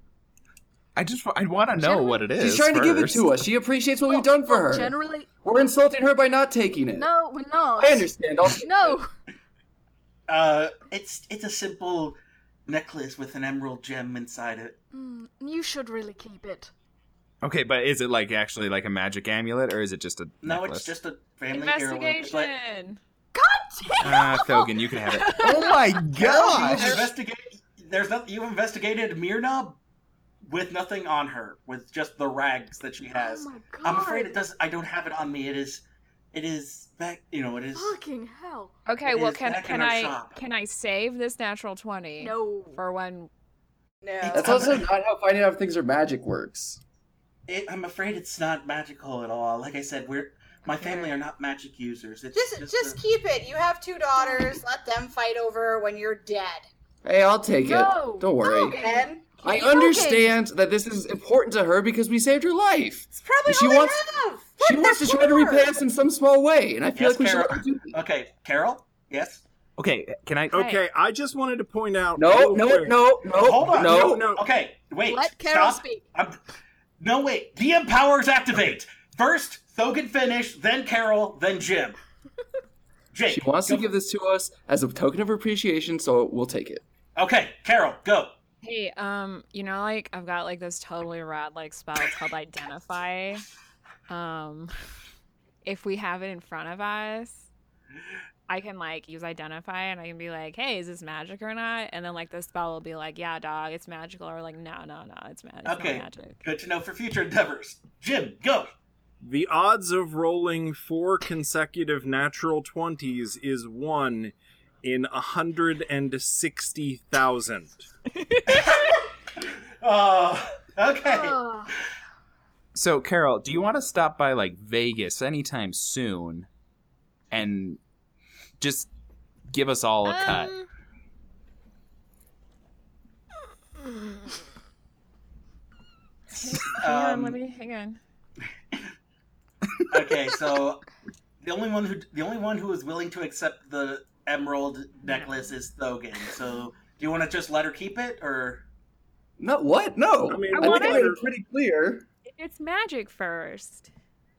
I just I want to know what it is. She's trying to give it first. to us. She appreciates what we've done for her. Generally, We're insulting her by not taking it. no, we're not. I understand. I'll No, Uh, it's it's a simple necklace with an emerald gem inside it. Mm, you should really keep it. Okay, but is it like actually like a magic amulet or is it just a No, necklace? it's just a family heirloom. It's like, Investigation. ah, Thogan, you can have it. Oh my You've gosh! investigated. There's not, you investigated Mirna with nothing on her, with just the rags that she has. Oh my god. I'm afraid it does. I don't have it on me. It is, it is back. You know, it is. Fucking hell. Okay, It well is can back in can our I shop. can I save this natural twenty No. for when No. That's also not how finding out if things are magic works. It, I'm afraid it's not magical at all. Like I said, we're my family are not magic users. It's Just, just, just a- keep it. You have two daughters. Let them fight over when you're dead. Hey, I'll take No. it. Don't worry. And I understand that this is important to her because we saved her life. it's probably And she all wants- I have. she wants to try to repay us in some small way, and I feel like Yes, we should let Carol. her do that. okay, Carol. Yes. Okay, can I? Okay, I just wanted to point out. No, real no, quick- no, no, Hold on. Oh, no. no. Okay. Wait. Let Carol stop. speak. I'm, no, wait. DM powers activate. First, Thogan finish, then Carol, then Jim. Jake. She wants to go- give this to us as a token of appreciation, so we'll take it. Okay, Carol, go. hey um you know like I've got like this totally rad like spell it's called identify, um, if we have it in front of us. I can like use identify and I can be like, hey, is this magic or not? And then like the spell will be like, yeah, dog, it's magical, or like, no, no, no, it's, ma- it's not Okay. magic. Good to know for future endeavors. Jim, go. The odds of rolling four consecutive natural 20s is one in 160,000. Uh, okay. Oh, Ugh. So, Carol, do you want to stop by like Vegas anytime soon, and just give us all a cut? Um, hang on, let Um, me hang on. okay, so the only one who the only one who is willing to accept the emerald necklace is Thogan. So do you want to just let her keep it, or Not what? No. I mean, I think what I if- made it pretty clear. It's magic first.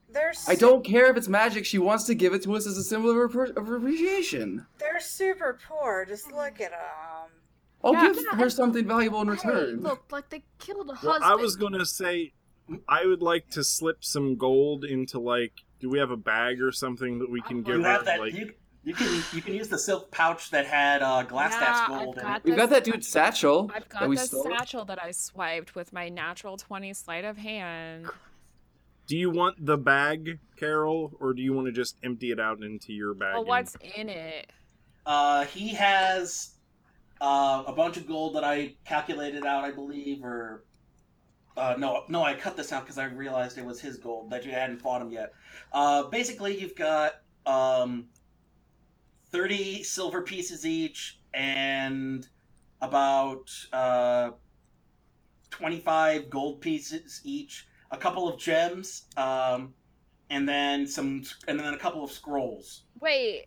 There's I don't care if it's magic. She wants to give it to us as a symbol of, her, of her appreciation. They're super poor. Just look at them. I'll Yeah, give yeah, her something valuable in Hey, return. look, like they killed a well, husband. I was going to say, I would like to slip some gold into like. Do we have a bag or something that we can give you her? have that? Like, You, you can you can use the silk pouch that had uh, glass Yeah, I've gold in it. got We've got that dude's satchel I've that got we this stole. satchel that I swiped with my natural 20 sleight of hand. do you want the bag, Carol, or do you want to just empty it out into your bag? Well, and- what's in it? Uh, he has uh, a bunch of gold that I calculated out, I believe, or uh, no, no, I cut this out because I realized it was his gold that you hadn't fought him yet. Uh, basically, you've got um, thirty silver pieces each, and about uh, twenty-five gold pieces each, a couple of gems, um, and then some, and then a couple of scrolls. Wait,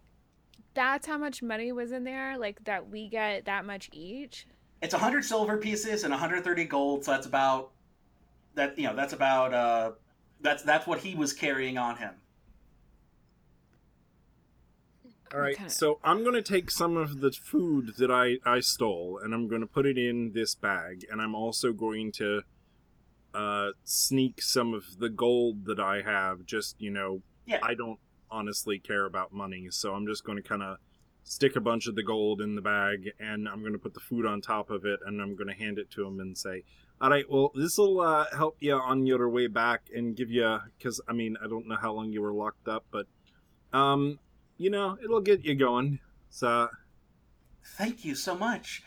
that's how much money was in there? Like that we get that much each? it's 100 silver pieces and 130 gold so that's about that you know that's about uh that's that's what he was carrying on him All right, Okay. so I'm going to take some of the food that I, I stole and I'm going to put it in this bag, and I'm also going to uh, sneak some of the gold that I have. Just, you know, Yeah. I don't honestly care about money, so I'm just going to kind of stick a bunch of the gold in the bag and I'm going to put the food on top of it and I'm going to hand it to him and say, all right, well, this will uh, help you on your way back and give you, because I mean, I don't know how long you were locked up, but um, you know, it'll get you going. So thank you so much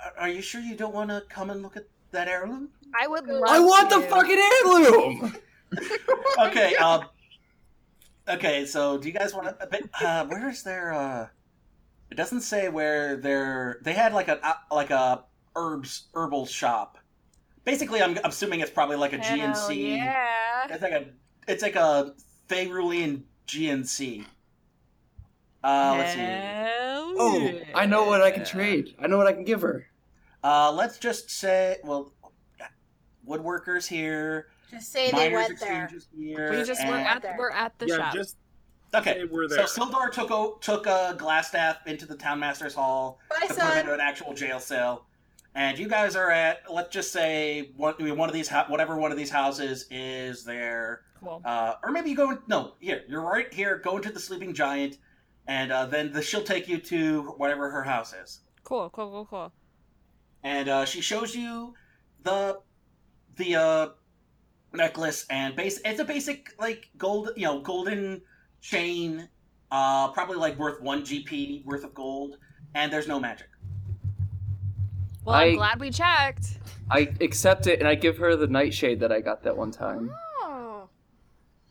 Are- are you sure you don't want to come and look at that heirloom I would love I want to. the fucking heirloom. okay um okay so do you guys want to uh where's their uh it doesn't say where their they had like a uh, like a herbs herbal shop basically i'm assuming it's probably like a Hell gnc Yeah. It's like a it's like a Ferulian GNC. Uh, let's see. Hell Oh, I know what I can trade. I know what I can give her. Uh, let's just say, well, woodworkers here, Just say they miners went there. exchanges here. We just and- were at there. we're at the yeah, shop. just okay. say we're So there. Sildar took o- took a glass staff into the townmaster's hall Bye, to put him son. into an actual jail cell, and you guys are at let's just say one, I mean, one of these hou- whatever one of these houses is there, Cool. uh, or maybe you go no here you're right here go into the sleeping giant, and uh, then the, she'll take you to whatever her house is. Cool, cool, cool, cool. and uh, she shows you the the uh, necklace and base. It's a basic like gold, you know, golden chain, uh, probably like worth one GP worth of gold, and there's no magic. Well, I... I- am glad we checked. I accept it and I give her the nightshade that I got that one time. Oh.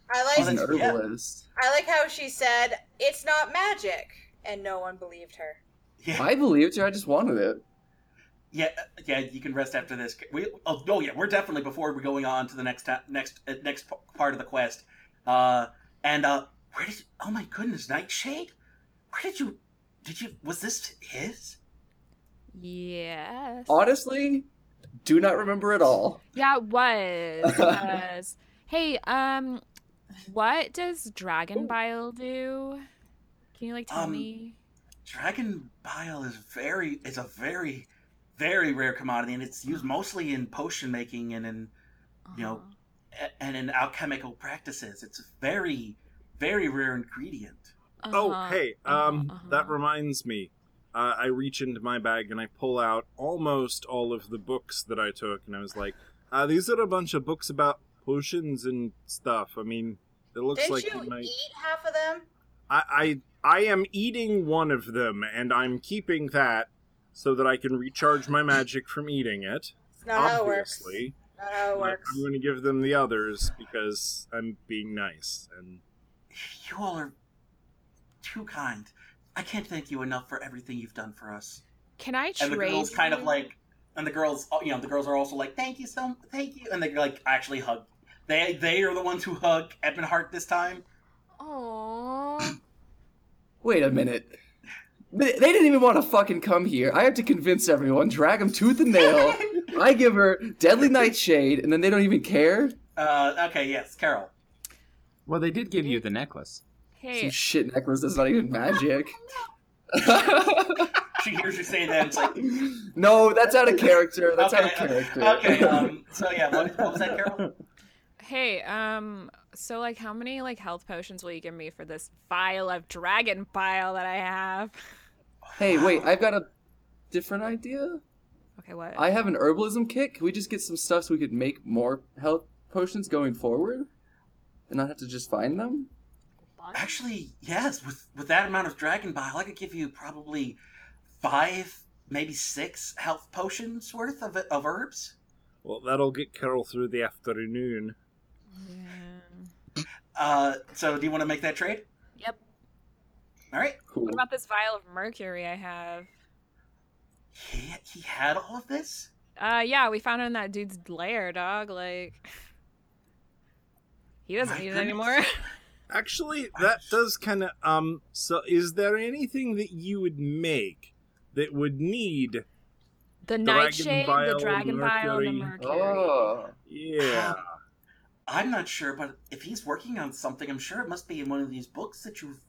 I She's an like yeah. herbalist. I like how she said it's not magic, and no one believed her. Yeah, I believed her. I just wanted it. yeah, uh, yeah. You can rest after this. We, oh, oh, yeah, we're definitely before we're going on to the next ta- next uh, next p- part of the quest. Uh, and uh, where did? Oh my goodness, Nightshade, where did you? Did you? Was this his? Yes. Honestly, do not remember at all. Yeah, it was. It was. Hey, um, what does dragon bile do? Can you like tell Um, me? Dragon bile is very it's a very very rare commodity and it's used mostly in potion making and in you know, Uh-huh. and in alchemical practices. It's a very very rare ingredient. Oh, Uh-huh, hey, uh-huh, um, that uh-huh. reminds me. Uh, I reach into my bag and I pull out almost all of the books that I took, and I was like, uh, "These are a bunch of books about potions and stuff." I mean, it looks Didn't like you might. eat half of them? I, I, I am eating one of them, and I'm keeping that so that I can recharge my magic from eating it. It's not how it works. obviously, Not how it but works. I'm going to give them the others because I'm being nice. And You all are too kind. I can't thank you enough for everything you've done for us. Can I And trade? the girls kind of you? like and the girls uh, you know, the girls are also like, Thank you so thank you and they like actually hug they they are the ones who hug Edmund Hart this time. Aww. Wait a minute. They they didn't even want to fucking come here. I have to convince everyone, drag them tooth and nail. I give her Deadly Nightshade, and then they don't even care? Uh okay, yes, Carol. Well, they did give you the necklace. Some Hey, shit necklace that's not even magic. She hears you say that it's like no, that's out of character. That's out Okay, uh, of character. Okay, um, so yeah, what, what was that, Carol? hey, um, so like, how many like health potions will you give me for this vial of dragon bile that I have? hey, wait, I've got a different idea. Okay, what? I have an herbalism kit. Can we just get some stuff so we could make more health potions going forward? And not have to just find them? Actually, yes, with, with that amount of dragon bile, I could give you probably five, maybe six health potions worth of, of herbs. well, that'll get Carol through the afternoon. Yeah. Uh, so do you want to make that trade? Yep. All right. Cool. What about this vial of mercury I have? He, he had all of this? Uh, yeah, we found it in that dude's lair, dog. Like, he doesn't My need it goodness. anymore. Actually, that does kind of um. So, is there anything that you would make that would need? The Dragon nightshade, bile, the dragon bile, and the mercury. mercury. Oh. Yeah. I'm not sure, but if he's working on something, I'm sure it must be in one of these books that you've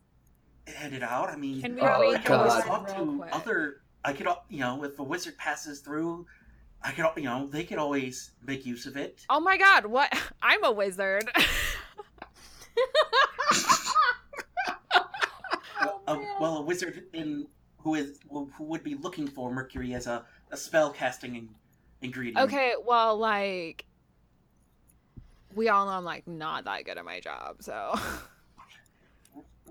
handed out. I mean, Can we Oh, read I God. always those talk real to quick? other. I could, al- you know, if a wizard passes through, I could, al- you know, they could always make use of it. Oh my god, what? I'm a wizard. a, Uh, well, a wizard in who is who would be looking for mercury as a, a spell casting in, ingredient. okay, well, like, we all know I'm like not that good at my job, so.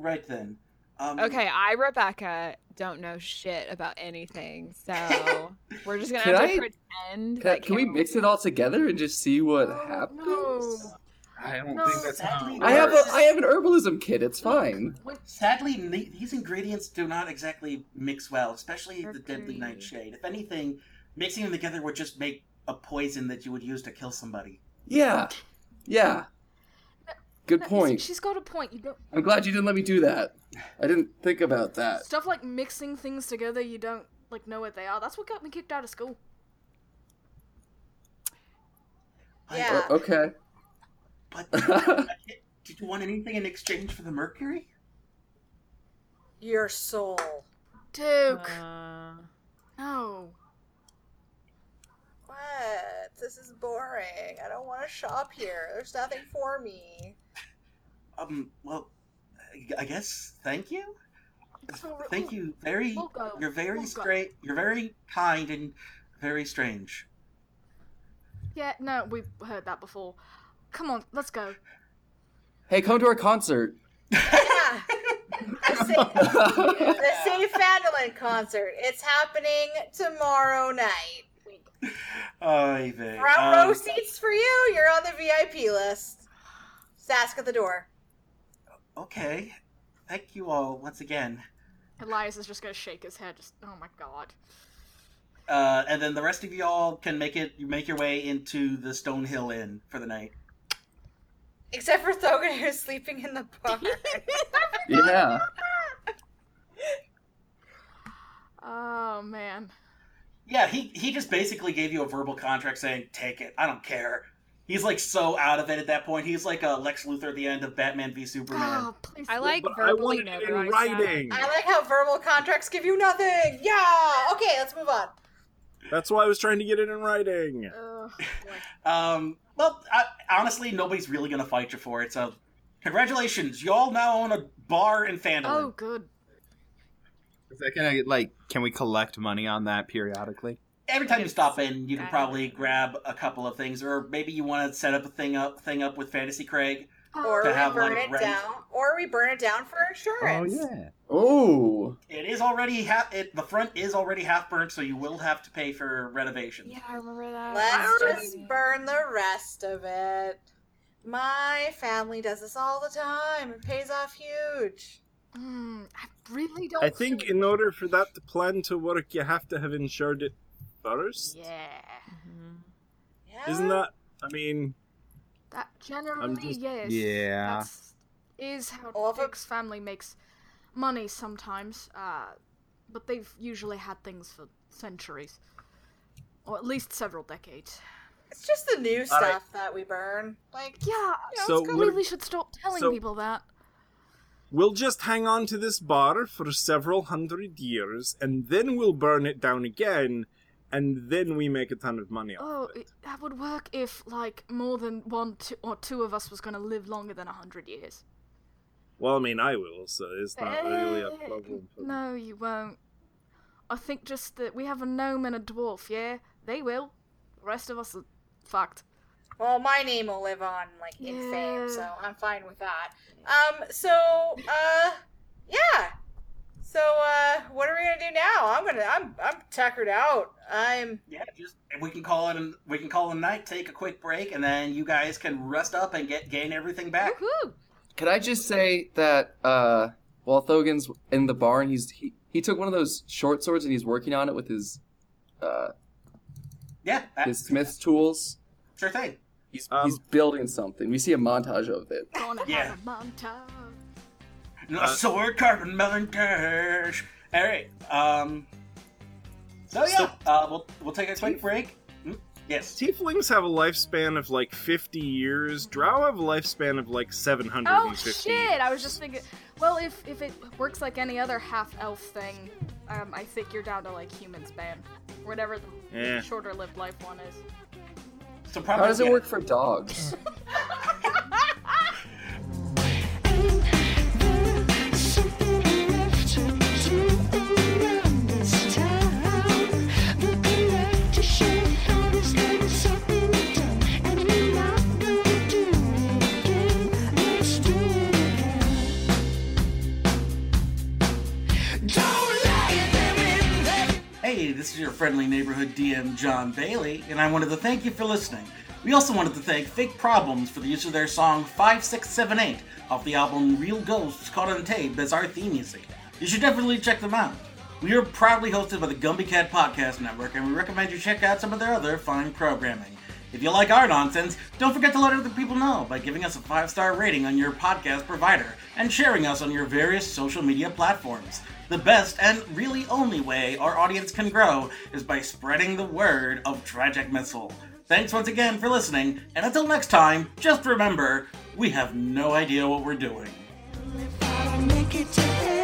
Right then. Um, Okay, I, Rebecca, don't know shit about anything, so we're just gonna Can have to I- pretend. Can, that can we Carol- mix it all together and just see what happens? No. I don't No. think that's how. Sadly, it Oh, I have works. a I have an herbalism kit. It's fine. Sadly, ne- these ingredients do not exactly mix well, especially the Mercury. deadly nightshade. If anything, mixing them together would just make a poison that you would use to kill somebody. Yeah, yeah. Good No, you see, point. She's got a point. You don't I'm glad you didn't let me do that. I didn't think about that. stuff like mixing things together. You don't like know what they are. That's what got me kicked out of school. Yeah. O- okay. But did you want anything in exchange for the mercury? Your soul. Duke, Uh, no. What? This is boring. I don't want to shop here. There's nothing for me. Um, well, I- I guess thank you. So re- Thank you. Very, We'll go. you're very We'll go. straight. You're very kind and very strange. Yeah, no, we've heard that before. Come on, let's go. Hey, come to our concert. Yeah. I say, the Save Fandolin concert. It's happening tomorrow night. Ay, vey. Front Um, row seats for you. You're on the VIP list. Just ask at the door. Okay. Thank you all once again. Elias is just gonna shake his head. Just oh my god. Uh, and then the rest of you all can make it. You make your way into the Stone Hill Inn for the night. Except for Thogan, who's sleeping in the bar. Yeah. Oh man. Yeah, he he just basically gave you a verbal contract saying, "Take it. I don't care." He's like so out of it at that point. He's like a Lex Luthor at the end of Batman v Superman. Oh please. I like but I verbally want it in notarized that. writing. I like how verbal contracts give you nothing. Yeah. Okay, let's move on. That's why I was trying to get it in writing. Ugh, boy. Um, well, I, honestly, nobody's really gonna fight you for it. So, congratulations, you all now own a bar in Fandolin. oh good. Is that gonna like? Can we collect money on that periodically? Every time you stop in, you can Yes. probably grab a couple of things, or maybe you want to set up a thing up thing up with Fantasy Craig. Or Oh, To we have, burn like, it rent. down. Or we burn it down for Oh, insurance. Ooh. It is already half. It, the front is already half burnt, so you will have to pay for renovations. Yeah, I remember Uh, that. Let's Yeah. just burn the rest of it. My family does this all the time. It pays off huge. Mm, I really don't. I think feel- in order for that to plan to work, you have to have insured it first. Yeah. Mhm. Yeah. Isn't that? I mean, That generally just- yes. yeah. That's is how All of it- Dick's family makes money sometimes. Uh, but they've usually had things for centuries, or at least several decades. It's just the new All stuff right. that we burn. Like, Yeah. So we we're- really should stop telling so- people that. we'll just hang on to this bar for several hundred years, and then we'll burn it down again, and then we make a ton of money off Oh, it. it- that would work if like more than one two, or two of us was going to live longer than a hundred years. Well, I mean, I will, so it's not really a Eh, problem. For me. No, you won't. I think just that we have a gnome and a dwarf. Yeah, they will. The rest of us are fucked. well, my name will live on like in fame, Yeah. so I'm fine with that. Um, so, uh, yeah. So, uh, what are we gonna do now? I'm gonna, I'm, I'm tuckered out. I'm, Yeah, just and we can call it. An, we can call it a night. Take a quick break, and then you guys can rest up and get gain everything back. Woohoo! Can I just say that uh, while Thogan's in the bar and he's he, he took one of those short swords and he's working on it with his uh, Yeah, that- his smith's tools. sure thing. He's Um, he's building something. We see a montage of it. Gonna Yeah. have a montage. A sword carbon melon cash. All right. Um. So yeah, So- uh, we'll we'll take a quick break. Hmm? Yes. Tieflings have a lifespan of like 50 years. Drow have a lifespan of like 750. Oh shit! I was just thinking. Well, if if it works like any other half elf thing, um, I think you're down to like human span, whatever the Yeah. shorter lived life one is. So probably How does it yeah. work for dogs? Hey, this is your friendly neighborhood DM, John Bailey, and I wanted to thank you for listening. We also wanted to thank Fake Problems for the use of their song 5678 off the album Real Ghosts Caught on Tape as our theme music. You should definitely check them out. We are proudly hosted by the Gumby Cat Podcast Network, and we recommend you check out some of their other fine programming. If you like our nonsense, don't forget to let other people know by giving us a five star rating on your podcast provider and sharing us on your various social media platforms. The best and really only way our audience can grow is by spreading the word of Tragic Missile. Thanks once again for listening, and until next time, just remember we have no idea what we're doing. If I don't make it to